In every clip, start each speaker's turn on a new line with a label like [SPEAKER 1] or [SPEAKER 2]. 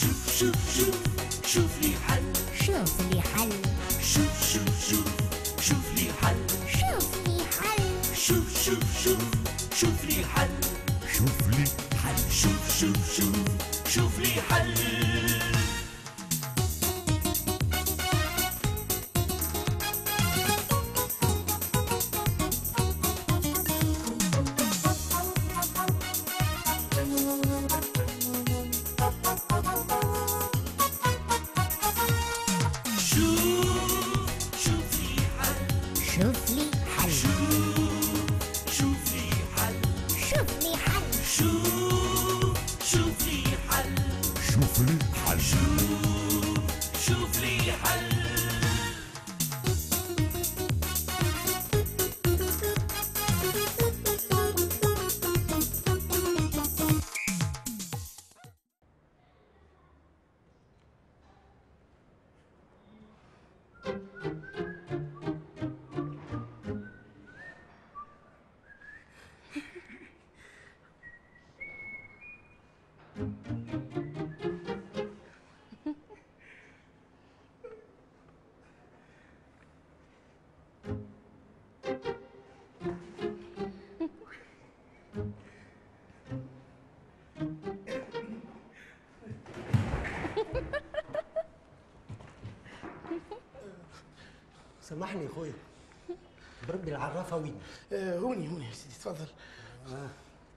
[SPEAKER 1] شوف شوف شوف لي حل
[SPEAKER 2] شوف لي حل
[SPEAKER 1] شوف شوف شوف شوف لي حل
[SPEAKER 2] شوف لي حل
[SPEAKER 1] شوف شوف شوف شوف لي حل
[SPEAKER 3] شوف لي
[SPEAKER 1] حل شوف شوف شوف شوف لي حل شوف شوف لي حل
[SPEAKER 2] شوف لي حل
[SPEAKER 1] شوف شوف لي حل
[SPEAKER 2] شوف لي حل
[SPEAKER 1] شوف شوف لي حل
[SPEAKER 3] شوف لي
[SPEAKER 1] حل شوف شوف لي حل
[SPEAKER 4] سامحني يا اخويا بربي العرافه وين
[SPEAKER 5] آه، هوني هوني يا سيدي تفضل
[SPEAKER 4] آه،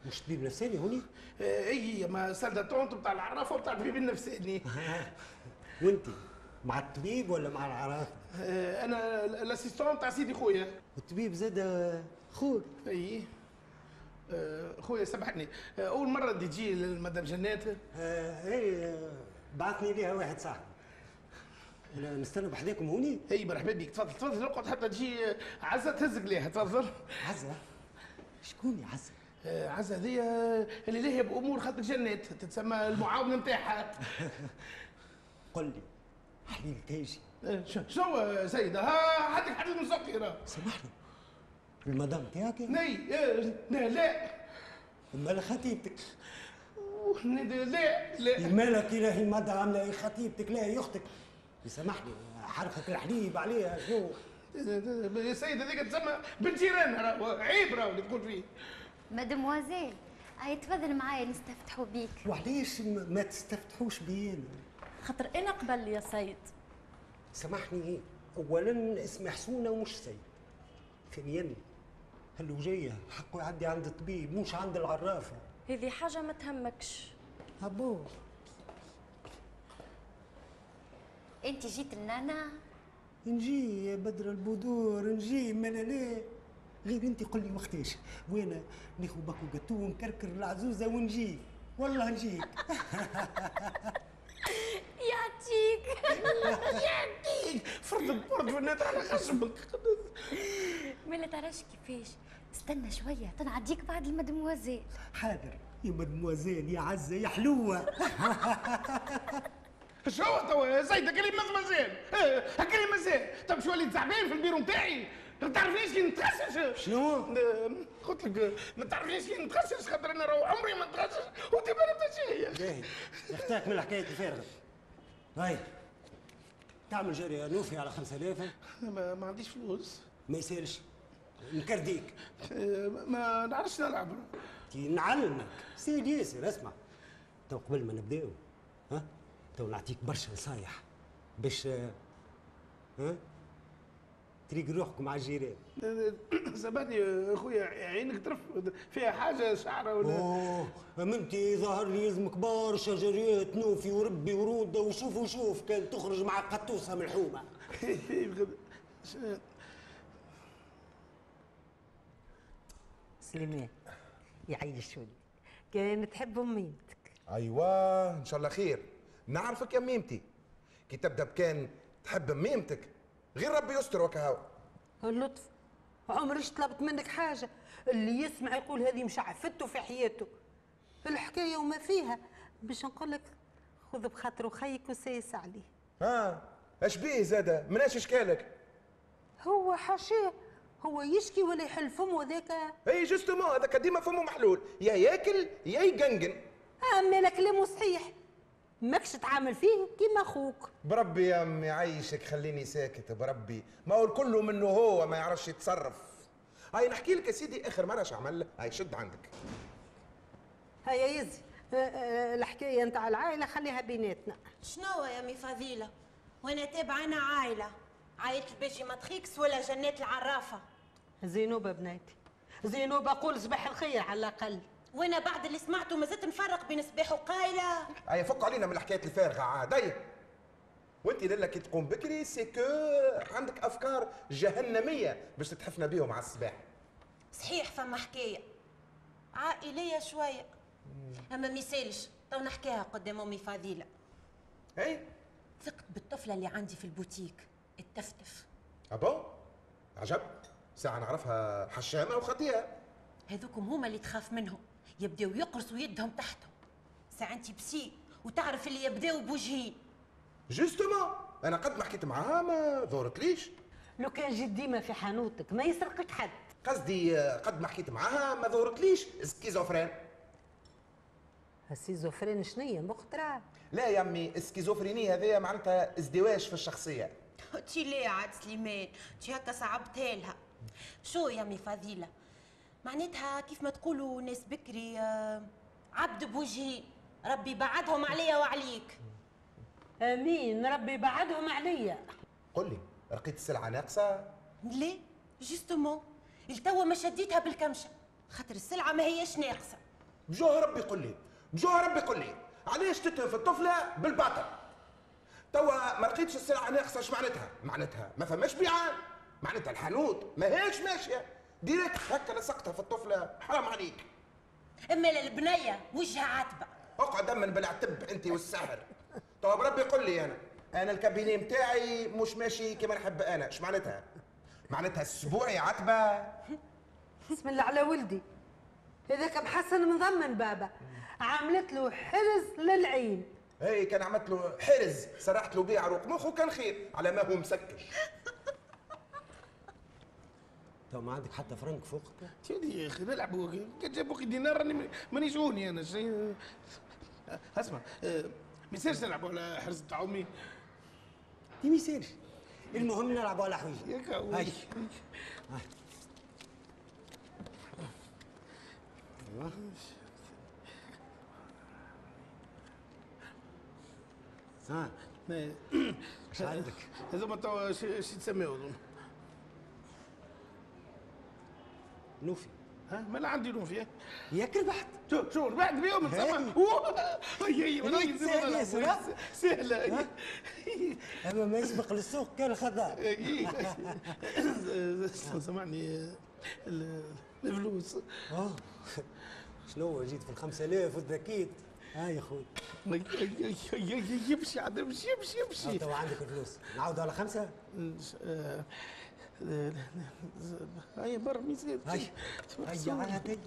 [SPEAKER 4] مش طبيب نفساني هوني
[SPEAKER 5] آه، اي ما سلدتونت بتاع العرافه وبتاع الطبيب النفساني
[SPEAKER 4] وانت مع الطبيب ولا مع العرافه
[SPEAKER 5] آه، انا ال- الاسيستون تاع سيدي خويا
[SPEAKER 4] والطبيب زاد خوك
[SPEAKER 5] اي آه، خويا سامحني آه، اول مره دي تجي لمدام جنات
[SPEAKER 4] آه، اي آه، بعثني ليها واحد صاحبي انا نستنى بحذاكم هوني
[SPEAKER 5] اي مرحبا بك إيه، تفضل تفضل اقعد حتى تجي آه، عزه تهزك ليها تفضل
[SPEAKER 4] عزه شكون يا عزه
[SPEAKER 5] آه، عزه هذه اللي ليها بامور خاطر جنات تتسمى المعاونه نتاعها
[SPEAKER 4] قل لي حليل تاجي
[SPEAKER 5] آه، ش- شنو آه، سيده ها حدك حد المسكره
[SPEAKER 4] سامحني المدام تاعك
[SPEAKER 5] ني آه، لا لا
[SPEAKER 4] امال خطيبتك
[SPEAKER 5] أوه، ندى، لا لا
[SPEAKER 4] مالك الهي المدام لا هي خطيبتك لا هي اختك سامحني حرقت الحليب عليها شنو
[SPEAKER 5] يا سيد هذيك تسمى بالجيران راهو عيب راهو اللي تقول فيه
[SPEAKER 6] مادموازيل اي تفضل معايا نستفتحوا بيك
[SPEAKER 4] وعليش م- ما تستفتحوش بي أنا؟
[SPEAKER 7] خاطر انا قبل يا سيد
[SPEAKER 4] سامحني اولا اسمي حسونه ومش سيد ثانيا هالوجية حقه يعدي عند الطبيب مش عند العرافة
[SPEAKER 7] هذه حاجه ما تهمكش
[SPEAKER 4] أبو
[SPEAKER 6] انت جيت لنا
[SPEAKER 4] نجي يا بدر البدور نجي ما انا لا غير انت قل لي وقتاش وانا ناخذ باكو جاتو ونكركر العزوزه ونجي والله نجيك
[SPEAKER 6] يعطيك
[SPEAKER 5] يعطيك فرد البرد والناس على خشمك
[SPEAKER 6] ما لا تعرفش كيفاش استنى شويه تنعديك بعد المادموازيل
[SPEAKER 4] حاضر يا مدموزيل يا عزه يا حلوه
[SPEAKER 5] شو هو توا يا سيد هكا ما مازال هكا لي مازال طب شو اللي تعبان في البيرو نتاعي ما تعرفنيش كي نتخسس
[SPEAKER 4] شنو؟
[SPEAKER 5] آم، قلت لك آه، ما تعرفنيش كي نتخسس خاطر انا راهو عمري ما نتخسس وديما نبدا شيء
[SPEAKER 4] باهي اختك من الحكايه الفارغه هاي تعمل جري نوفي على 5000
[SPEAKER 5] ما ما عنديش فلوس
[SPEAKER 4] ما يسالش نكرديك
[SPEAKER 5] آه، ما نعرفش نلعب
[SPEAKER 4] كي نعلمك سيد ياسر اسمع تو قبل ما نبداو ها تو نعطيك برشا نصايح باش آه، ها تريق روحكم مع الجيران
[SPEAKER 5] زبادي يا خويا عينك ترف فيها حاجه شعره ولا
[SPEAKER 4] اوه امنتي ظهر لي يزمك برشا جريات نوفي وربي وروده وشوف وشوف كان تخرج مع قطوسه ملحومه
[SPEAKER 8] سليمان يعيش ولدي كان تحب ميمتك
[SPEAKER 9] ايوا ان أيوة، شاء الله خير نعرفك يا ميمتي كي تبدا بكان تحب ميمتك غير ربي يستر وكهو
[SPEAKER 8] اللطف عمرش طلبت منك حاجة اللي يسمع يقول هذه مشعفته في حياته الحكاية وما فيها باش نقول لك خذ بخاطر خيك وسايس عليه
[SPEAKER 9] ها اش بيه زاده مناش اشكالك
[SPEAKER 8] هو حاشاه هو يشكي ولا يحل فمه ذاك
[SPEAKER 9] اي جوستومون هذاك ديما فمه محلول يا ياكل يا يقنقن
[SPEAKER 8] اما لا كلامه صحيح ماكش تعامل فيه كيما اخوك
[SPEAKER 9] بربي يا امي عيشك خليني ساكت بربي ما هو الكل منه هو ما يعرفش يتصرف هاي نحكي لك يا سيدي اخر مره شو عمل هاي شد عندك
[SPEAKER 8] هيا يزي آه، آه، الحكايه نتاع العائله خليها بيناتنا
[SPEAKER 10] شنو يا مي فضيلة؟ وانا تابعة انا عائلة عائلة الباجي ماتريكس ولا جنات العرافة
[SPEAKER 8] زينوبه بناتي زينوبه قول صباح الخير على الاقل
[SPEAKER 10] وانا بعد اللي سمعته ما زلت نفرق بين صباح وقايلة
[SPEAKER 9] هيا فك علينا من الحكايات الفارغه عاد هيا وانت لله كي تقوم بكري سيكو عندك افكار جهنميه باش تتحفنا بيهم على الصباح
[SPEAKER 10] صحيح فما حكاية عائلية شوية اما ما يسالش تو نحكيها قدام امي فضيلة
[SPEAKER 9] اي
[SPEAKER 10] ثقت بالطفلة اللي عندي في البوتيك التفتف
[SPEAKER 9] ابو Ah عجب ساعه نعرفها حشامه وخطيئه
[SPEAKER 10] هذوكم هما اللي تخاف منهم يبداو يقرصوا يدهم تحتهم ساعتي بسي وتعرف اللي يبداو بوجهي
[SPEAKER 9] جوستومون انا قد ما حكيت معاها ما ظهرتليش
[SPEAKER 8] لو كان جيت ديما في حانوتك ما يسرقك حد
[SPEAKER 9] قصدي آه، قد ما حكيت معاها ما ظهرتليش سكيزوفرين
[SPEAKER 8] السيزوفرين شنية مخترع
[SPEAKER 9] لا يا امي السكيزوفرينية هذه معناتها ازدواج في الشخصية
[SPEAKER 10] تي ليه عاد سليمان تي هكا صعبتها لها شو يا امي فضيله معناتها كيف ما تقولوا ناس بكري آه، عبد بوجهي ربي بعدهم عليا وعليك
[SPEAKER 8] امين ربي بعدهم عليا
[SPEAKER 9] قل لي رقية السلعة ناقصة
[SPEAKER 10] ليه جوستومون التوا ما شديتها بالكمشه خاطر السلعه ما هيش ناقصه
[SPEAKER 9] بجوه ربي قل لي بجوه ربي قل لي علاش تتهم في الطفلة بالباطل توا ما لقيتش السلعة ناقصة اش معناتها؟ معناتها ما فماش بيعان معناتها الحانوت ما هيش ماشية ديريكت هكا لصقتها في الطفلة حرام عليك
[SPEAKER 10] اما للبنيه وجهها عاتبه
[SPEAKER 9] اقعد امن بالعتب انت والسحر طب ربي قل لي انا انا الكابيني متاعي مش ماشي كما نحب انا اش معناتها معناتها اسبوعي عتبه
[SPEAKER 8] بسم الله على ولدي هذاك محسن مضمن بابا عملت له حرز للعين
[SPEAKER 9] هي كان عملت له حرز سرحت له بيه على عروق مخه كان خير على ما هو مسكش
[SPEAKER 4] تو ما عندك حتى فرنك فوقك
[SPEAKER 5] سيدي يا اخي نلعبوا كان جابوك دينار راني ما- مانيش عوني انا شي اسمع آه، ما يصيرش نلعبوا على حرز تاع امي
[SPEAKER 4] دي ما يسالش المهم نلعبوا على حويجه
[SPEAKER 5] ياك عوني.
[SPEAKER 4] هاي. ها
[SPEAKER 5] ما-
[SPEAKER 4] اش عندك
[SPEAKER 5] هذوما توا ش- شي تسميو هذوما
[SPEAKER 4] نوفي
[SPEAKER 5] ها ما لا عندي لون فيها
[SPEAKER 4] ياك ربحت
[SPEAKER 5] شوف شوف بعد بيوم نسمع هي هي
[SPEAKER 4] هذيك إيه. سهلة ياسر، ها؟
[SPEAKER 5] سهله
[SPEAKER 4] ها؟
[SPEAKER 5] إيه،
[SPEAKER 4] اما ما يسبق للسوق كان خذا
[SPEAKER 5] سمعني ال- الفلوس
[SPEAKER 4] اه شنو جيت في الخمسة آلاف وتذكيت ها آه يا خويا
[SPEAKER 5] أي- أي- أي- أي- يمشي عاد يمشي يمشي
[SPEAKER 4] ها
[SPEAKER 5] يمشي
[SPEAKER 4] تو عندك فلوس نعاود على خمسة
[SPEAKER 5] آه، آه، هاي برا ميزان
[SPEAKER 4] هاي هيا على تي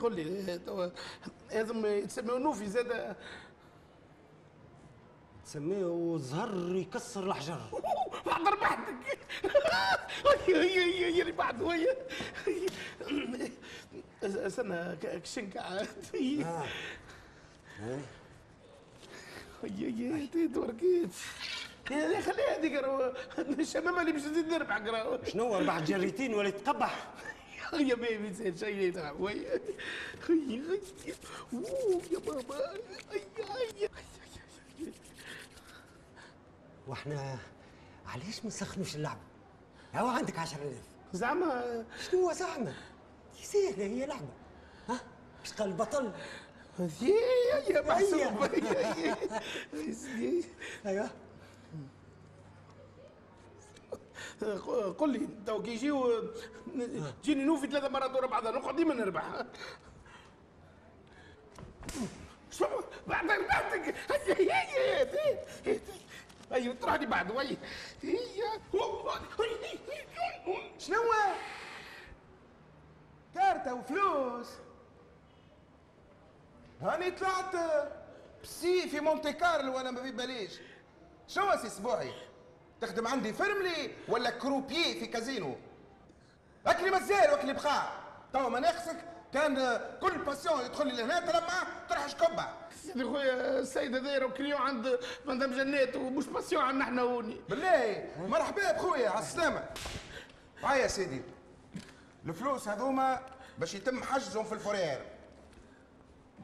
[SPEAKER 5] قول لي توا لازم يتسموا نوفي زاد
[SPEAKER 4] تسميه زهر يكسر الحجر
[SPEAKER 5] بعد ربحتك هي هي هي هي اللي بعد ويا استنى ك- كشنك عاد هي
[SPEAKER 4] ها ها
[SPEAKER 5] هي هي توركيت خليها هذيك راهو الشمامه اللي باش تزيد نربحك راهو
[SPEAKER 4] شنو ربح جريتين ولا تقبح
[SPEAKER 5] يا بيبي زين شيء يلعب ويا هي هي أوه، يا بابا هي هي
[SPEAKER 4] واحنا علاش ما نسخنوش اللعب هو عندك 10000
[SPEAKER 5] زعما
[SPEAKER 4] شنو زعما هي سهله هي لعبه ها اش قال البطل
[SPEAKER 5] هي هي محسوب هي هي
[SPEAKER 4] ايوه
[SPEAKER 5] قل لي تو كي يجيو جيني نوفي ثلاثة مرات ورا بعضها نقعد ديما نربح شو بعد ربحتك ايوه طرحني بعد وي
[SPEAKER 9] شنو كارتة وفلوس هاني طلعت بسي في مونتي كارلو وانا ما في باليش شنو سي اسبوعي تخدم عندي فرملي ولا كروبيي في كازينو اكلي مازال واكلي بخار توا ما ناقصك كان آه، كل باسيون يدخل لي لهنا ترى معاه ترحش كبه
[SPEAKER 5] سيدي خويا السيد هذا راهو كليون عند مدام جنات ومش باسيون عندنا احنا هوني
[SPEAKER 9] بالله مرحبا بخويا على السلامه هاي يا سيدي الفلوس هذوما باش يتم حجزهم في الفورير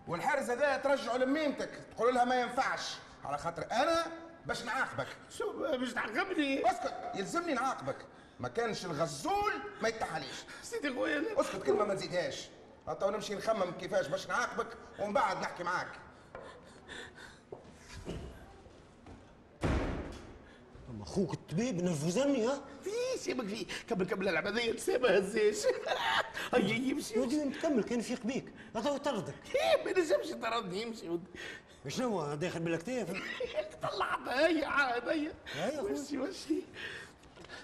[SPEAKER 9] والحارس هذا ترجعه لميمتك تقول لها ما ينفعش على خاطر انا باش نعاقبك
[SPEAKER 5] شو باش تعقبني
[SPEAKER 9] اسكت يلزمني نعاقبك ما كانش الغزول ما يتحليش
[SPEAKER 5] سيدي خويا أنا-
[SPEAKER 9] اسكت كلمه ما نزيدهاش تو نمشي نخمم كيفاش باش نعاقبك ومن بعد نحكي معاك
[SPEAKER 4] اما اخوك الطبيب نرفزني ها
[SPEAKER 5] فيش يا بكري قبل قبل العبثية تسابها هزاش هيا يمشي
[SPEAKER 4] يا ودي نكمل كان فيق بيك هذا هو طردك
[SPEAKER 5] إيه، ما نجمش طردني يمشي ود-
[SPEAKER 4] شنو هو داخل بالاكتاف
[SPEAKER 5] طلعتها هيا عاد هيا
[SPEAKER 4] هيا خويا.
[SPEAKER 5] مشي مشي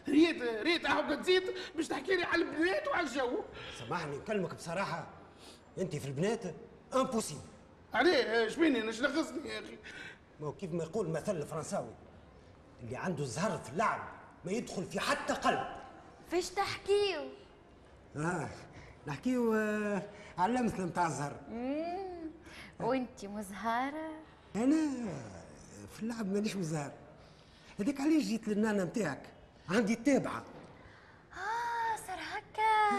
[SPEAKER 5] ريت ريت اهو كنزيد باش تحكي لي على البنات وعلى الجو
[SPEAKER 4] سامحني نكلمك بصراحه انت في البنات امبوسيبل
[SPEAKER 5] عليه شبيني انا شنغصني يا اخي
[SPEAKER 4] ما هو كيف ما يقول المثل الفرنساوي اللي عنده زهر في اللعب ما يدخل في حتى قلب
[SPEAKER 6] فيش تحكيو
[SPEAKER 4] آه نحكيو آه، على اللمسه نتاع الزهر
[SPEAKER 6] مم. وانتي مزهرة
[SPEAKER 4] انا في اللعب مانيش مزهر هذاك علاش جيت للنانا نتاعك عندي تابعه
[SPEAKER 6] اه صار هكا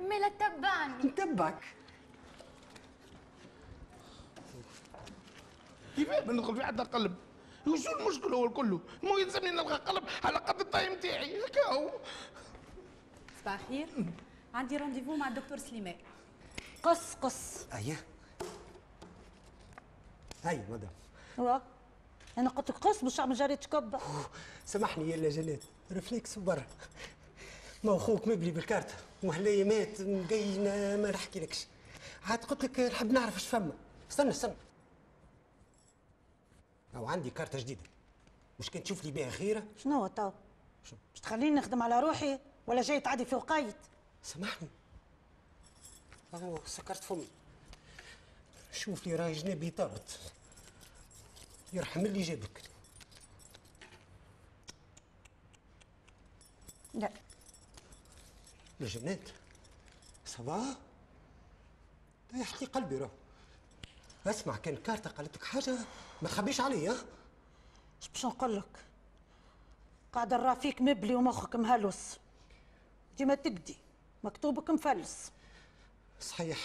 [SPEAKER 6] ملا تبعني
[SPEAKER 4] نتبعك
[SPEAKER 5] كيفاه ما ندخل في حتى قلب وشو المشكل هو الكل مو يلزمني نلقى قلب على قد الطاي نتاعي هكا هو
[SPEAKER 11] صباح الخير عندي رونديفو مع الدكتور سليمان
[SPEAKER 12] قص قص
[SPEAKER 4] اييه هاي مدام
[SPEAKER 7] واه. انا قلت لك قص باش ما جريتش كبه
[SPEAKER 4] سامحني يا جلال رفليكس برا ما هو خوك مبلي بالكارت وهلايا مات مقينا ما نحكي لكش عاد قلت لك نحب نعرف اش فما استنى استنى او عندي كارتة جديدة مش كان تشوف لي بها خيرة
[SPEAKER 7] شنو هو تو باش تخليني نخدم على روحي ولا جاي تعدي في وقيت
[SPEAKER 4] سامحني اهو سكرت فمي شوف لي راي جنابي طابت يرحم اللي جابك
[SPEAKER 7] لا
[SPEAKER 4] يا جنات صباح لا يحكي قلبي راه اسمع كان كارتة قالت لك حاجة ما تخبيش عليا
[SPEAKER 7] اش باش نقول لك قاعد الرفيق مبلي ومخك مهلوس ديما تقدي مكتوبك مفلس
[SPEAKER 4] صحيح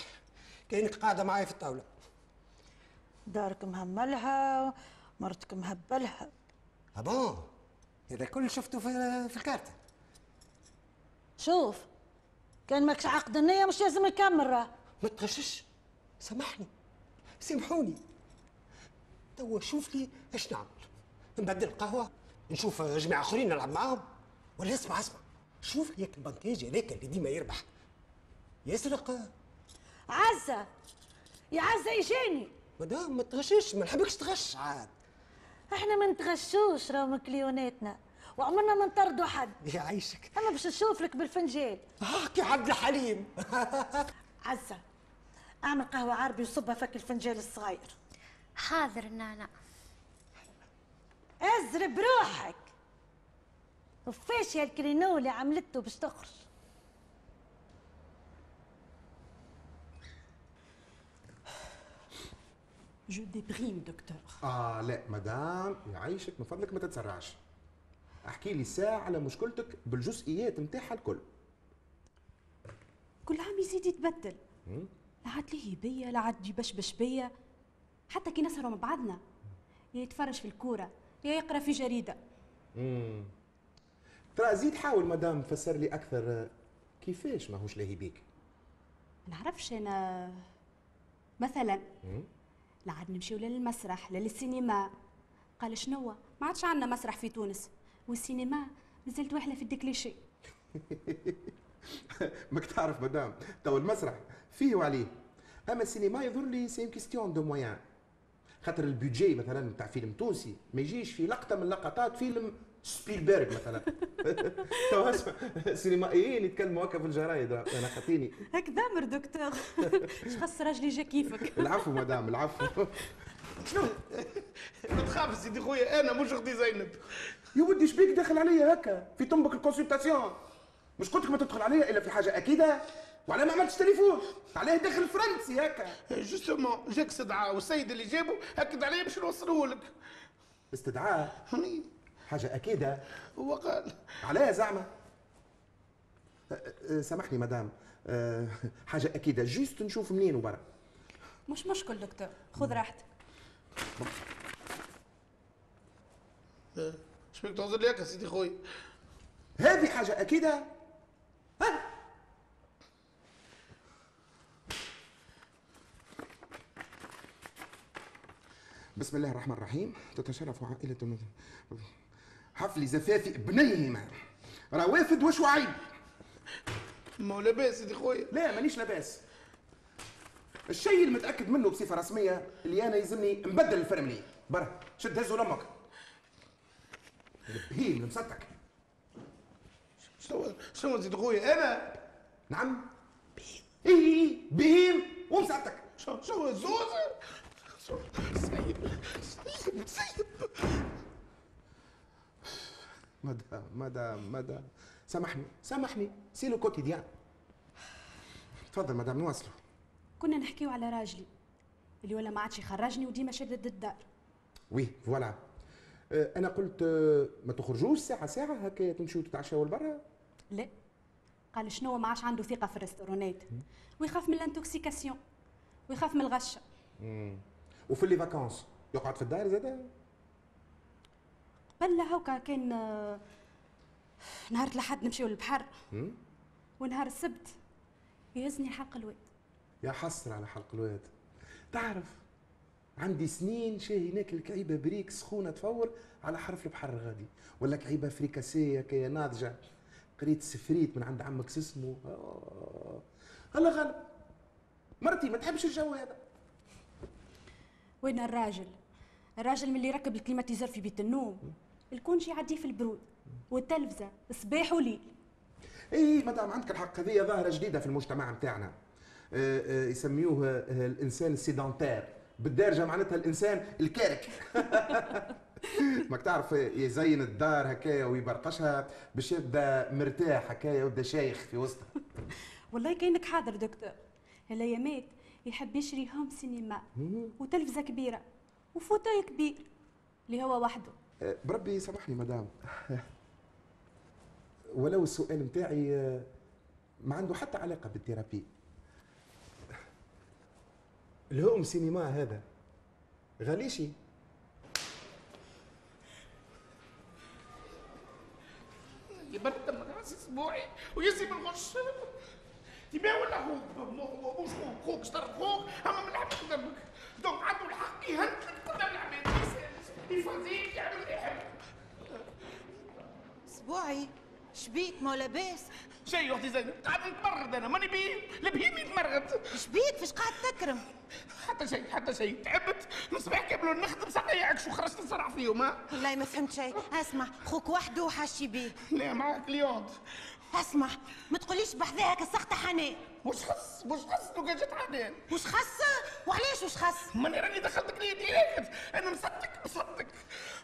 [SPEAKER 4] كأنك قاعدة معايا في الطاولة
[SPEAKER 7] دارك مهملها مرتك مهبلها
[SPEAKER 4] أبون هذا Ah كل شفته في, في الكارتة
[SPEAKER 7] شوف كان ماكش عقد النية مش لازم يكمل راه
[SPEAKER 4] ما تغشش سامحني سامحوني توا شوف لي اش نعمل نبدل قهوة نشوف جماعة آخرين نلعب معاهم ولا اسمع اسمع شوف ياك البنكاج هذاك اللي ديما يربح يسرق
[SPEAKER 7] عزة يا عزة يجيني
[SPEAKER 4] مدام ما تغشش ما نحبكش تغش عاد
[SPEAKER 7] احنا ما نتغشوش راهو من كليوناتنا وعمرنا ما نطردوا حد
[SPEAKER 4] يعيشك
[SPEAKER 7] اما باش نشوف لك بالفنجان
[SPEAKER 4] هاك يا عبد الحليم
[SPEAKER 7] عزة اعمل قهوة عربي وصبها فك الفنجان الصغير
[SPEAKER 6] حاضر نانا
[SPEAKER 7] ازرب بروحك وفاش يا الكرينو اللي عملته باش تخرج
[SPEAKER 11] جو ديبريم دكتور
[SPEAKER 9] اه لا مدام يعيشك من فضلك ما تتسرعش احكي لي ساعة على مشكلتك بالجزئيات نتاعها الكل
[SPEAKER 11] كل عام يزيد يتبدل لا عاد ليه بيا لا عاد يبشبش بيا حتى كي نسهروا مع بعضنا يا يتفرج في الكورة يا يقرا في جريدة
[SPEAKER 9] ترى زيد حاول مدام تفسر لي اكثر آه، كيفاش ماهوش لاهي بيك
[SPEAKER 11] ما نعرفش انا مثلا لا عاد نمشيو للمسرح لا للسينما قال شنو ما عادش عندنا مسرح في تونس والسينما مازالت واحلة في الدكليشي
[SPEAKER 9] ماك تعرف مدام تو المسرح فيه وعليه اما السينما يظهر لي سي كيستيون دو مويان خاطر البودجي مثلا بتاع فيلم تونسي ما يجيش في لقطه من لقطات فيلم سبيلبرغ مثلا تو اسمع السينمائيين يتكلموا هكا في الجرايد انا خاطيني
[SPEAKER 11] هكذا مر دكتور شخص راجلي جا كيفك
[SPEAKER 9] العفو مدام العفو
[SPEAKER 5] ما تخافش سيدي خويا انا مش اختي زينب
[SPEAKER 9] يا ودي شبيك داخل عليا هكا في طنبك الكونسلتاسيون مش قلت لك ما تدخل عليا الا في حاجه اكيده وعلى ما عملتش تليفون عليه دخل فرنسي هكا
[SPEAKER 5] جوستومون جاك استدعاء والسيد اللي جابه اكد عليه باش نوصله لك
[SPEAKER 9] استدعاء حاجه اكيده
[SPEAKER 5] هو قال
[SPEAKER 9] عليا زعمه أه، أه، سامحني مدام أه، حاجه اكيده جوست نشوف منين وبرا
[SPEAKER 11] مش مشكل دكتور خذ راحتك
[SPEAKER 5] آه، شبيك تنظر لي هكا سيدي خويا
[SPEAKER 9] هذه حاجه اكيده بسم الله الرحمن الرحيم تتشرف عائلة حفل زفاف ابنيهما روافد وشعيب
[SPEAKER 5] ما هو لاباس سيدي خويا
[SPEAKER 9] لا مانيش لاباس الشيء اللي متاكد منه بصفه رسميه اللي انا يلزمني نبدل الفرملي برا شد هزه لامك البهيم المسطك
[SPEAKER 5] شنو شنو سيدي خويا انا
[SPEAKER 9] نعم إيه، اي اي إي، بهيم ومسطك
[SPEAKER 5] شنو شنو الزوز سيب سيب سيب
[SPEAKER 9] مدام مدام مدام سامحني سامحني سي لو كوتيديان تفضل مدام نواصلوا
[SPEAKER 11] كنا نحكيو على راجلي اللي ولا ما عادش يخرجني وديما شدد الدار
[SPEAKER 9] وي فوالا آه، انا قلت آه، ما تخرجوش ساعه ساعه هكا تمشيو تتعشاو لبرا
[SPEAKER 11] لا قال شنو ما عادش عنده ثقه في الريستورونات ويخاف من الانتوكسيكاسيون ويخاف من الغشه
[SPEAKER 9] وفي لي فاكونس يقعد في الدار زاد
[SPEAKER 11] قبل هوكا كان آه، نهار الاحد نمشيو للبحر ونهار السبت يهزني حلق الواد
[SPEAKER 9] يا حسرة على حلق الواد تعرف عندي سنين شاهي ناكل كعيبة بريك سخونة تفور على حرف البحر غادي ولا كعيبة فريكاسية كي ناضجة قريت سفريت من عند عمك سسمو آه. الله غالب مرتي ما تحبش الجو هذا
[SPEAKER 11] وين الراجل الراجل ملي ركب الكليماتيزر في بيت النوم الكونجي يعديه في البرود والتلفزه صباح وليل
[SPEAKER 9] اي مدام عندك الحق هذه ظاهره جديده في المجتمع نتاعنا آه، آه، يسميوه آه، آه، الانسان السيدانتير بالدارجه معناتها الانسان الكارك ماك تعرف آه، يزين الدار هكايا ويبرقشها باش يبدا مرتاح هكايا ويبدا شايخ في وسطها
[SPEAKER 11] والله كانك حاضر دكتور الايامات يحب يشري هوم سينما وتلفزه كبيره وفوتاي كبير اللي هو وحده
[SPEAKER 9] آه، بربي سامحني مدام ولو السؤال نتاعي آه، ما عنده حتى علاقه بالثيرابي الهوم سينما هذا غاليشي
[SPEAKER 5] يبرد دمك على اساس بوعي ويزي من الغش تبا ولا هو هو مش خوك خوك شطر خوك اما من الحق دمك دونك عنده الحق يهنتك قدام العباد يفضيك يعمل اللي يحب
[SPEAKER 10] اسبوعي شبيك ما لاباس
[SPEAKER 5] شيء اختي زينب قاعد نتمرد انا ماني بهيم لا بهيم يتمرد
[SPEAKER 10] شبيك فاش قاعد تكرم
[SPEAKER 5] حتى شيء حتى شيء تعبت نصبح كامل نخدم ساعه يعكش وخرجت نصرع فيهم ها
[SPEAKER 10] والله ما فهمت شيء اسمع خوك وحده وحاشي بيه
[SPEAKER 5] لا معاك ليونت
[SPEAKER 10] اسمع ما تقوليش بحذاها كسخت حنان
[SPEAKER 5] وش خص وش خص لو كان جات عدان
[SPEAKER 10] وش خاصة وعلاش وش خاص
[SPEAKER 5] ماني راني دخلتك ليه ديريكت انا مصدق مصدق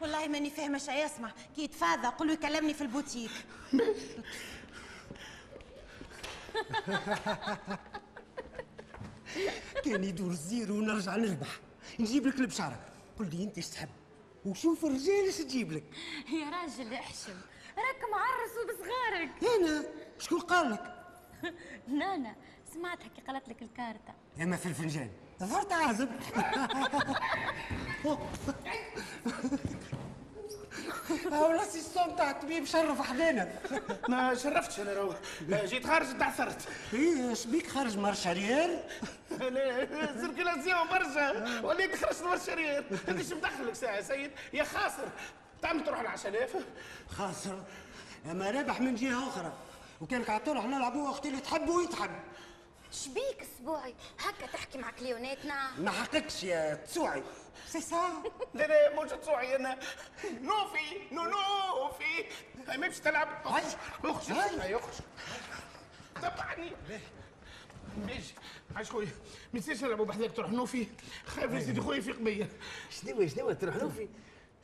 [SPEAKER 10] والله ماني فاهمه شيء اسمع كي يتفاضى قول له يكلمني في البوتيك
[SPEAKER 4] كان يدور الزيرو ونرجع نربح نجيب لك البشاره قل لي انت ايش تحب وشوف الرجال ايش تجيب لك
[SPEAKER 6] يا راجل احشم راك معرس وبصغارك
[SPEAKER 4] انا شكون قال لك
[SPEAKER 6] نانا سمعتها كي قالت لك الكارتة
[SPEAKER 4] اما في الفنجان ظهرت عازب هاو الاسيستون تاع الطبيب شرف حدانا
[SPEAKER 5] ما شرفتش انا روح جيت خارج تعثرت
[SPEAKER 4] ايه شبيك خارج مرش ريال
[SPEAKER 5] لا، سيركيلاسيون برشا وليت خرجت برشا ريال انت شو مدخلك ساعه يا سيد يا خاسر تعمل تروح ل 10000
[SPEAKER 4] خاسر اما رابح من جهه اخرى وكان قاعد راح نلعبوا وقت اللي تحب ويتحب
[SPEAKER 2] شبيك اسبوعي هكا تحكي مع كليوناتنا
[SPEAKER 4] ما حقكش يا تسوعي سي سا
[SPEAKER 5] لا لا موجود صوعي انا نوفي نو نوفي هاي ما باش تلعب اخرج اخرج هاي اخرج تبعني ماشي عاش خويا ما يصيرش نلعبوا بحذاك تروح نوفي خايف يا سيدي خويا في قبيه
[SPEAKER 4] شنو شنو تروح نوفي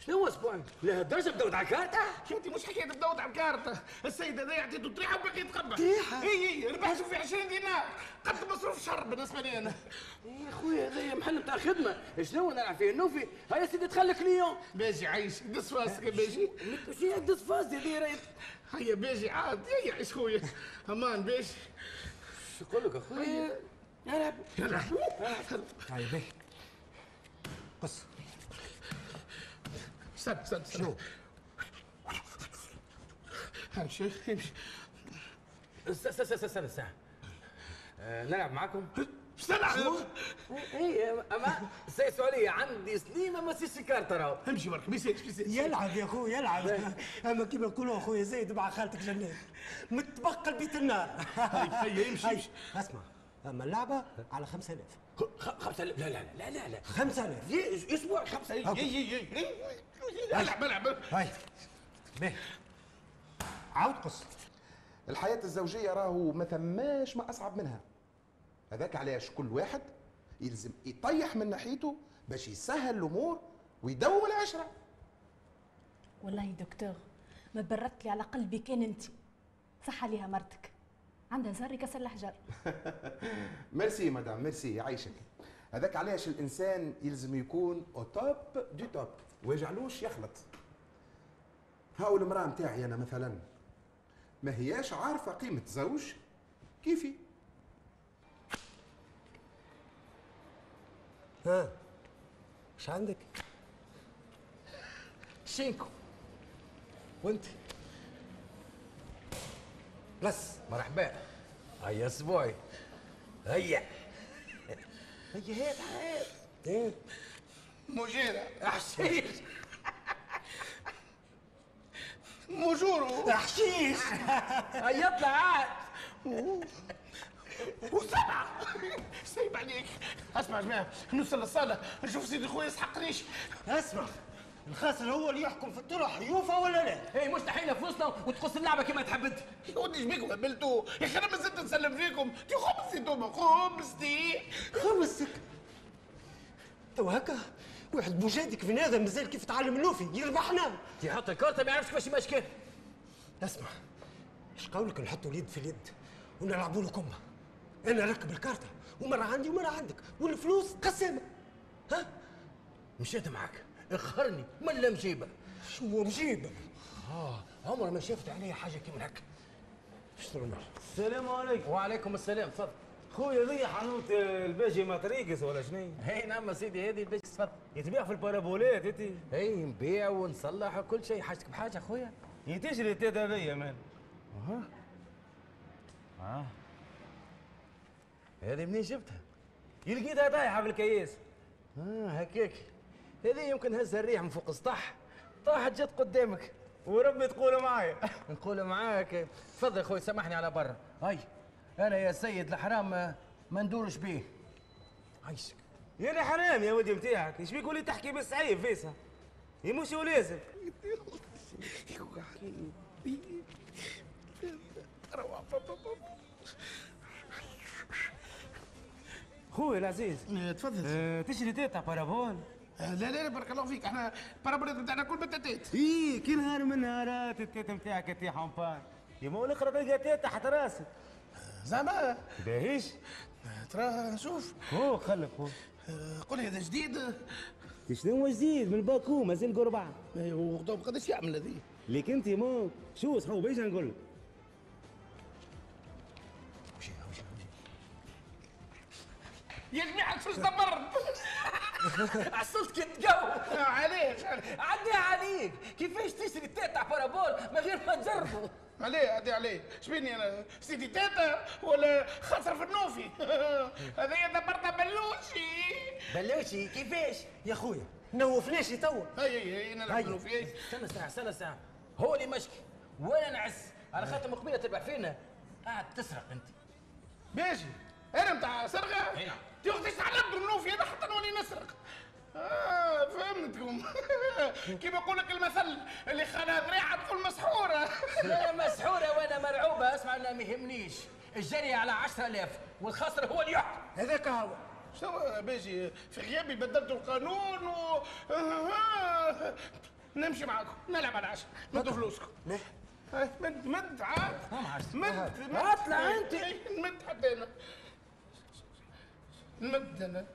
[SPEAKER 5] شنو اسبوعين؟ لهالدرجه بدو عكارتة؟ شفتي مش حكايه بدو عكارتة، السيد هذا يعطيته طريحه وباقي يتقبل
[SPEAKER 1] طريحة؟
[SPEAKER 5] اي اي ربحته في 20 دينار قد مصروف الشهر بالنسبه لي انا يا خويا هذا محل بتاع خدمه شنو نلعب فيه النوفي هيا سيدي تخلك ليون باجي عايش دس فاسك باجي شنو دس فاسك هذه راهي هيا باجي عاد يا عايش خويا امان باجي شو نقول لك اخويا العب العب
[SPEAKER 4] هاي باهي قص
[SPEAKER 5] استنى استنى شنو؟ امشي امشي
[SPEAKER 13] استنى استنى استنى استنى آه، نلعب معاكم
[SPEAKER 5] شنو؟
[SPEAKER 13] اي اما سي سؤالية عندي سليم اما سي سيكارتا راهو
[SPEAKER 5] امشي برك بيسيت بيسيت
[SPEAKER 4] يلعب يا خويا
[SPEAKER 13] إيه.
[SPEAKER 4] يلعب اما كيما نقولوا اخويا زايد مع خالتك جنات متبقى البيت النار
[SPEAKER 5] هيا يمشي يمشي
[SPEAKER 4] اسمع اما اللعبه على 5000
[SPEAKER 13] 5000 لا لا لا لا لا
[SPEAKER 4] 5000
[SPEAKER 13] اسبوع 5000
[SPEAKER 5] اي اي اي العب العب
[SPEAKER 4] هاي باهي عاود قص
[SPEAKER 9] الحياة الزوجية راهو ما ثماش ما أصعب منها هذاك علاش كل واحد يلزم يطيح من ناحيته باش يسهل الأمور ويدوم العشرة
[SPEAKER 11] والله يا دكتور ما بردت لي على قلبي كان انت صح عليها مرتك عندها زهر كسر الحجر
[SPEAKER 9] ميرسي مدام ميرسي يعيشك هذاك علاش الإنسان يلزم يكون أو توب دو توب ويجعلوش يخلط هاو المرأة متاعي أنا مثلا ما هياش عارفة قيمة زوج كيفي
[SPEAKER 4] ها اش عندك؟
[SPEAKER 5] شينكو
[SPEAKER 4] وانت بلس
[SPEAKER 13] مرحبا هيا اسبوعي هيا
[SPEAKER 5] هي هي الحياة
[SPEAKER 4] ايه
[SPEAKER 5] مجيرة حشيش مجور
[SPEAKER 4] حشيش
[SPEAKER 5] يطلع عاد وسبعة سايب عليك اسمع يا جماعة نوصل للصالة نشوف سيدي خويا يسحق ريش
[SPEAKER 4] اسمع الخاسر هو اللي يحكم في الطرح يوفى ولا لا؟
[SPEAKER 5] إيه،
[SPEAKER 13] اي مستحيل فلوسنا وتقص اللعبه كما تحب انت
[SPEAKER 5] يا ودي شبيكم هبلتوا يا اخي انا ما زلت نسلم فيكم دي خبزتي توما خبزتي
[SPEAKER 4] خمسك تو هكا واحد بوجادك في هذا مازال كيف تعلم اللوفي يربحنا
[SPEAKER 13] يحط الكارت ما يعرفش كيفاش يمشي كان
[SPEAKER 4] اسمع اش قولك نحطوا اليد في اليد ونلعبوا لكم انا ركب الكارتة ومرة عندي ومرة عندك والفلوس قسامة ها
[SPEAKER 13] مشيت معاك اخرني من لا مجيبه
[SPEAKER 4] شو مجيب
[SPEAKER 13] اه عمرها ما شافت عليا حاجه كيما هكا
[SPEAKER 4] شنو
[SPEAKER 14] السلام عليكم
[SPEAKER 13] وعليكم السلام تفضل
[SPEAKER 14] خويا ذي حانوت الباجي مطريقس ولا شنو؟
[SPEAKER 13] هي نعم سيدي هذه البيت تفضل
[SPEAKER 14] يتبيع في البارابولات انت
[SPEAKER 13] اي نبيع ونصلح وكل شيء حاجتك بحاجه اخويا
[SPEAKER 14] هي تجري تاتا بيا مان
[SPEAKER 13] اها اه هذه منين جبتها؟
[SPEAKER 14] هي لقيتها طايحه في الكياس
[SPEAKER 13] اه هكاك هذه يمكن هزها الريح من فوق السطح طاحت جت قدامك وربي تقول معايا نقول معاك تفضل يا اخوي سامحني على برا هاي انا يا سيد الحرام آه، ما ندورش بيه عيشك
[SPEAKER 14] يا اللي حرام يا ودي متاعك ايش بيك ولي تحكي بالسعيب فيسها هي مش ولازم خويا العزيز
[SPEAKER 5] تفضل
[SPEAKER 14] تشري تاتا بارابول
[SPEAKER 5] لا لا لا بارك الله فيك احنا بارابولات بتاعنا كل بتاتات
[SPEAKER 14] ايه كل نهار من نهارات التيتا نتاعك تي حمبان يا ما الاخرى تلقى تيتا تحت راسك
[SPEAKER 5] زعما
[SPEAKER 14] باهيش
[SPEAKER 5] ترى شوف
[SPEAKER 14] هو خلف هو
[SPEAKER 5] قول هذا جديد
[SPEAKER 14] شنو جديد من باكو مازال قربعة
[SPEAKER 5] وقدام قداش يعمل هذه
[SPEAKER 14] ليك انت مو شو صحو بيش نقول لك
[SPEAKER 5] يا جماعة شو دمرت
[SPEAKER 13] عصلت كنت جو
[SPEAKER 5] علاش
[SPEAKER 13] عدي عليك كيفاش تشري تاتا بارابول من غير ما تجربه
[SPEAKER 5] عليه عدي عليه شبيني انا سيدي تاتا ولا خسر في النوفي هذه دمرتها بلوشي
[SPEAKER 13] بلوشي كيفاش؟
[SPEAKER 4] يا خويا نوفناش توا
[SPEAKER 5] هاي هاي نلعب النوفي هاي.
[SPEAKER 13] استنى ساعة استنى ساعة هو اللي مشكي وانا نعس على خاطر مقبلة تبع فينا قاعد تسرق انت
[SPEAKER 5] ماشي انا نتاع سرقه
[SPEAKER 13] أي نعم.
[SPEAKER 5] تي وقتاش تعلمت النوفي انا حتى نولي نسرق آه فهمتكم كيما يقول لك المثل اللي خلاها ذريعه تقول مسحوره
[SPEAKER 13] انا مسحورة وانا مرعوبة اسمع انا ما يهمنيش الجري على 10000 والخسر هو اللي يحكم
[SPEAKER 4] هذاك هو
[SPEAKER 5] شنو باجي في غيابي بدلتوا القانون و نمشي معاكم نلعب على العشاء مدوا فلوسكم
[SPEAKER 9] ليه؟
[SPEAKER 5] هاي، مد مد عاد مد مد
[SPEAKER 13] اطلع انت.
[SPEAKER 5] إيه، مد حتى انا مد انا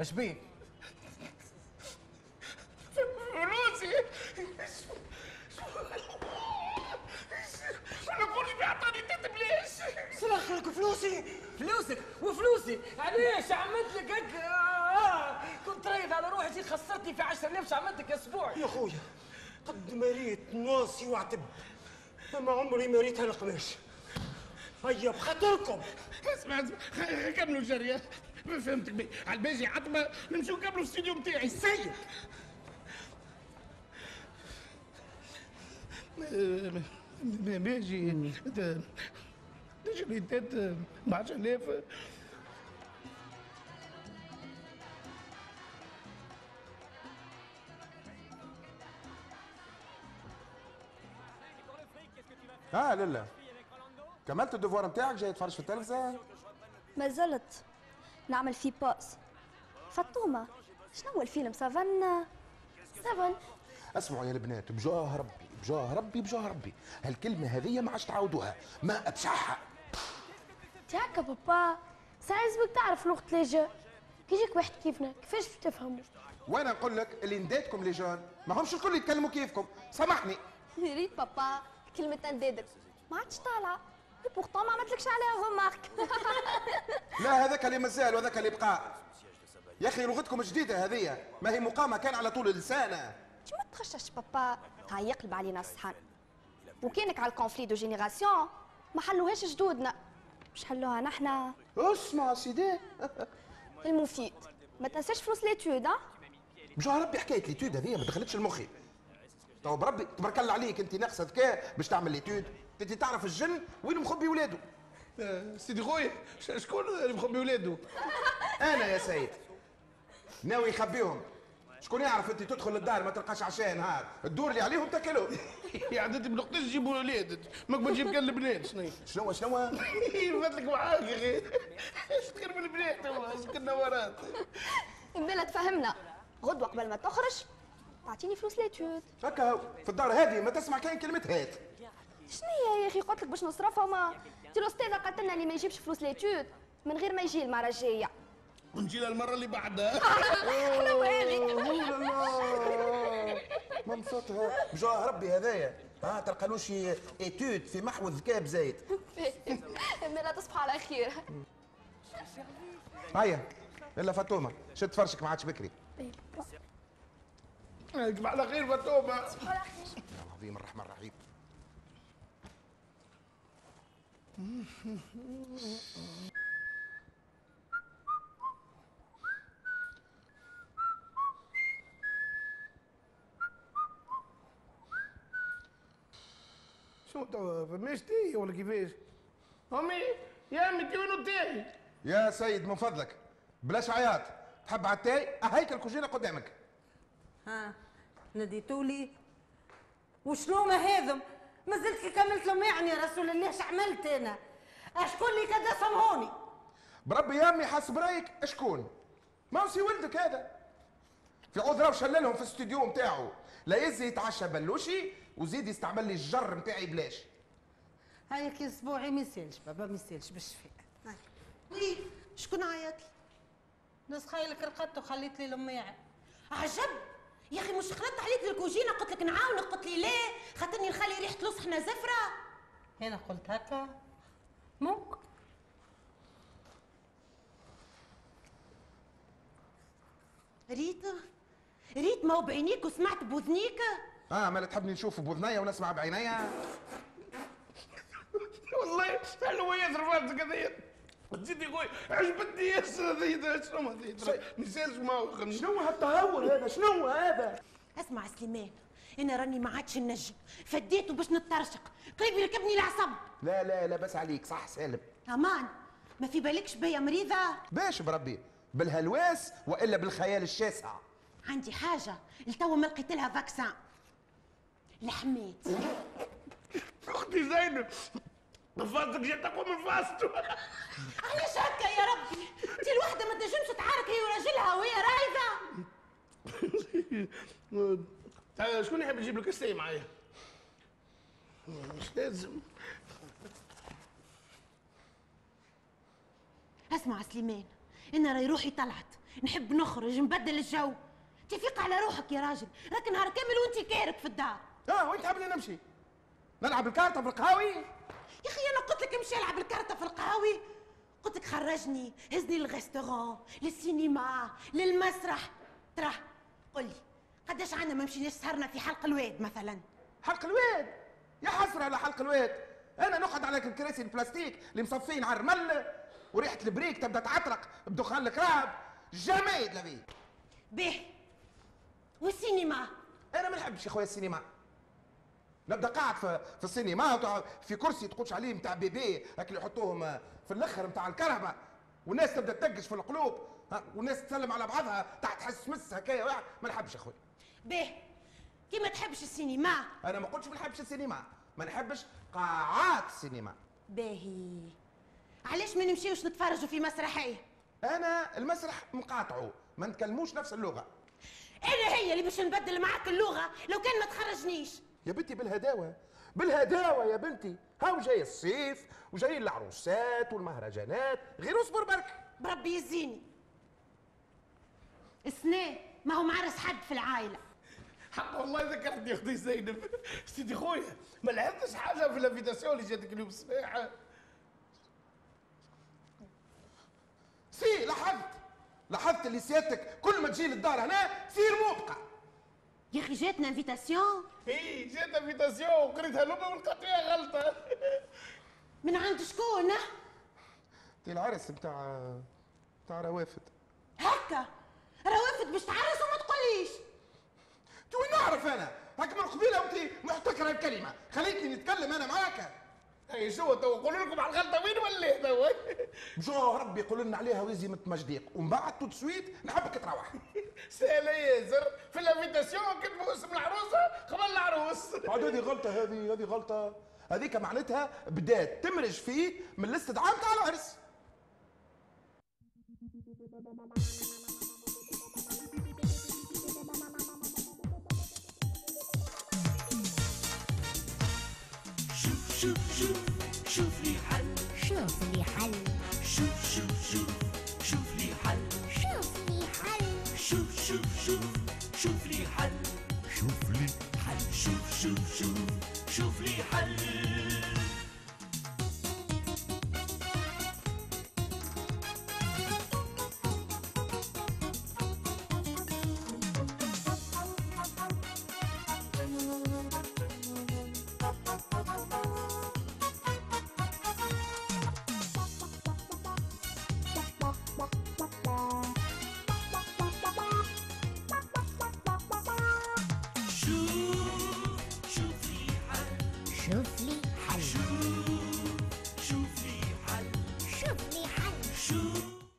[SPEAKER 13] اش بيك؟
[SPEAKER 5] فلوسي انا كل شيء اعطاني تتب ليش؟
[SPEAKER 13] صلاح لك فلوسي فلوسك وفلوسي علاش عملت لك هيك آه. كنت رايد على روحي خسرتني في 10000 عملت لك اسبوع
[SPEAKER 4] يا خويا قد ما ريت ناصي وعتب اما عمري ما ريت هالقماش هيا بخاطركم
[SPEAKER 5] اسمع اسمع خ- كملوا الجريه ما فهمتك بي على الباجي عتبه نمشيو نكملوا الاستديو نتاعي سيد باجي جريتات ب 10000
[SPEAKER 9] اه لا كملت الدفوار نتاعك جاي تفرج في التلفزه
[SPEAKER 15] ما زلت نعمل فيه باس فطومة شنو هو الفيلم سافن سافن
[SPEAKER 9] اسمعوا يا البنات بجاه ربي بجاه ربي بجاه ربي هالكلمه هذه ما عادش تعاودوها ما ابشعها
[SPEAKER 16] هكا بابا ساعات بك تعرف لغة لي جو كي يجيك واحد كيفنا كيفاش باش تفهمه
[SPEAKER 9] وانا نقول لك اللي نداتكم لي جون ما همش الكل يتكلموا كيفكم سامحني
[SPEAKER 15] ريت بابا كلمة ندادك ما عادش طالعة بورتون ما عملتلكش عليها غومارك
[SPEAKER 9] لا هذاك اللي مازال وهذاك اللي بقى يا اخي لغتكم جديده هذه ما هي مقامه كان على طول لسانه
[SPEAKER 15] شو ما تخشش بابا هاي يقلب علينا الصحن وكانك على الكونفلي دو جينيراسيون ما حلوهاش جدودنا مش حلوها نحنا
[SPEAKER 9] اسمع سيدي
[SPEAKER 15] المفيد ما تنساش فلوس ليتود ها
[SPEAKER 9] بجاه ربي حكايه ليتود هذه ما دخلتش المخي تو بربي تبارك الله عليك انت ناقصه ذكاء باش تعمل ليتود انت تعرف الجن وين مخبي ولاده
[SPEAKER 5] سيدي خويا ش- شكون اللي مخبي ولاده؟
[SPEAKER 9] انا يا سيد ناوي يخبيهم شكون يعرف انت تدخل الدار ما تلقاش عشاء نهار الدور اللي عليهم تاكلهم
[SPEAKER 5] يا عاد انت ما نقدرش تجيب ولاد ما قبل تجيب كان البنات شنو
[SPEAKER 9] شنو شنو
[SPEAKER 5] فاتلك معاك يا اخي ايش تقرب البنات توا سكرنا ورات
[SPEAKER 15] ملا تفهمنا غدوة قبل ما تخرج تعطيني فلوس ليتود
[SPEAKER 9] هكا هو. في الدار هذه ما تسمع كان كلمه هات
[SPEAKER 15] شنو هي يا اخي قلت لك باش نصرفها وما انت الاستاذه قالت لنا اللي ما يجيبش فلوس ليتود من غير ما يجي المره الجايه
[SPEAKER 5] ونجي لها المره اللي بعدها
[SPEAKER 15] أنا وهذه.
[SPEAKER 9] أوه لا لا. ما مصدها بجاه ربي هذايا ها تلقالوش اتود في محو الذكاء بزايد
[SPEAKER 15] ملا تصبح على خير
[SPEAKER 9] هيا الا فاطمه شد فرشك ما عادش بكري
[SPEAKER 5] صباح على خير فاطمه
[SPEAKER 15] صباح على خير
[SPEAKER 9] العظيم الرحمن الرحيم
[SPEAKER 5] شو توا فماش تاهي ولا كيفاش؟ امي يا امي انت وينو تاهي؟
[SPEAKER 9] يا سيد من فضلك بلاش عياط تحب على التاي هيك الكوجينه قدامك
[SPEAKER 8] ها ناديتولي وشنو ما هذم ما زلت كي كملت لهم يعني يا رسول الله اش عملت انا اشكون اللي كدسهم هوني
[SPEAKER 9] بربي يا امي حسب رايك شكون ما هو سي ولدك هذا في عذره وشللهم في الاستوديو نتاعو لا يزي يتعشى بلوشي وزيد يستعمل لي الجر نتاعي بلاش
[SPEAKER 8] هاي كي اسبوعي ما يسالش بابا ما يسالش بالشفاء هاي.
[SPEAKER 10] ليه طيب. شكون عيط لي؟
[SPEAKER 8] ناس خايلك رقدت وخليت لي لميعي
[SPEAKER 10] عجب يا اخي مش خلطت عليك للكوجينه قلت لك نعاونك قلت لي لا خاطرني نخلي ريحه لصحنا زفره
[SPEAKER 8] انا قلت هكا ممكن
[SPEAKER 10] ريت ريت ما هو بعينيك وسمعت بوذنيك
[SPEAKER 9] اه مالا تحبني نشوف بوذنيا ونسمع بعينيا
[SPEAKER 5] والله حلوه ياسر فاتك هذيا سيدي خويا عجبتني ياسر هذيا شنو هذيا ترى ما يسالش ما هو
[SPEAKER 9] شنو هالتهور هذا شنو هذا
[SPEAKER 10] اسمع سليمان انا راني ما عادش نجم فديته باش نترشق قريب يركبني العصب
[SPEAKER 9] لا لا لا بس عليك صح سالم
[SPEAKER 10] امان ما في بالكش بيا مريضه
[SPEAKER 9] باش بربي بالهلواس والا بالخيال الشاسع
[SPEAKER 10] عندي حاجه لتوا ما لقيت لها فاكسان الحميد
[SPEAKER 5] اختي زينب فاصلك جات تقوم من فاصله
[SPEAKER 10] علاش هكا يا ربي انت الوحده ما تنجمش تعارك هي وراجلها وهي رايضه
[SPEAKER 5] آه، شكون يحب يجيب لك الساي معايا؟ مش لازم
[SPEAKER 10] اسمع سليمان انا راي روحي طلعت نحب نخرج نبدل الجو تفيق على روحك يا راجل راك نهار كامل وانت كارك في الدار
[SPEAKER 9] اه وين تحبني نمشي نلعب الكارتة في القهاوي
[SPEAKER 10] يا اخي انا قلت لك امشي العب الكارته في القهاوي قلت لك خرجني هزني للغيستورون للسينما للمسرح ترى قل لي قداش عنا ما مشيناش سهرنا في حلق الواد مثلا
[SPEAKER 9] حلق الواد يا حسره على حلق الواد انا نقعد على الكراسي البلاستيك اللي مصفين على الرمل وريحه البريك تبدا تعطرق بدخان الكراب جميد لبيك
[SPEAKER 10] به والسينما
[SPEAKER 9] انا ما نحبش يا خويا السينما نبدا قاعد في, في السينما وتع- في كرسي تقولش عليه نتاع بيبي هاك اللي يحطوهم آه، في الاخر نتاع الكرهبه والناس تبدا تدقش في القلوب ها، والناس تسلم على بعضها تحت حس مس هكايا واحد ما نحبش يا خويا
[SPEAKER 10] به كي ما تحبش السينما
[SPEAKER 9] انا ما قلتش ما نحبش السينما ما نحبش قاعات السينما
[SPEAKER 10] باهي علاش ما نمشيوش نتفرجوا في مسرحيه
[SPEAKER 9] انا المسرح مقاطعه ما نتكلموش نفس اللغه
[SPEAKER 10] انا هي اللي باش نبدل معاك اللغه لو كان ما تخرجنيش
[SPEAKER 9] يا بنتي بالهداوه بالهداوه يا بنتي هاو جاي الصيف وجايين العروسات والمهرجانات غير اصبر برك
[SPEAKER 10] بربي يزيني سنة ما هو معرس حد في العائله
[SPEAKER 5] حق والله ذكرتني اختي زينب سيدي خويا ما لعبتش حاجه في الانفيتاسيون اللي جاتك اليوم الصباح
[SPEAKER 9] سي لاحظت لاحظت اللي سيادتك كل ما تجي للدار هنا تصير موبقه
[SPEAKER 10] يا اخي جاتنا انفيتاسيون
[SPEAKER 5] اي جات انفيتاسيون وقريتها لهم ولقيت فيها غلطه
[SPEAKER 10] من عند شكون ها؟
[SPEAKER 9] دي العرس نتاع نتاع روافد
[SPEAKER 10] هكا روافد باش تعرس وما تقوليش
[SPEAKER 9] انت وين نعرف انا هاك من قبيله وانت محتكره الكلمه خليتني نتكلم انا معاك
[SPEAKER 5] اي شو تو قولوا لكم على الغلطه وين ولا توا
[SPEAKER 9] جو ربي يقول لنا عليها ويزي مجديق ومن بعد تو سويت نحبك تروح
[SPEAKER 5] سهلة يا زر في الانفيتاسيون كتبوا اسم العروسه قبل العروس
[SPEAKER 9] عاد هذه غلطه هذه هذه غلطه هذيك معناتها بدات تمرج فيه من الاستدعاء تاع العرس
[SPEAKER 1] شوف شوف شوف شوف لي حل شوف لي حل شوف شوف شوف شوف لي حل شوف لي حل شوف شوف شوف شوف لي حل شوف لي حل شوف شوف شوف شوف لي حل شوف شوف لي حل شوف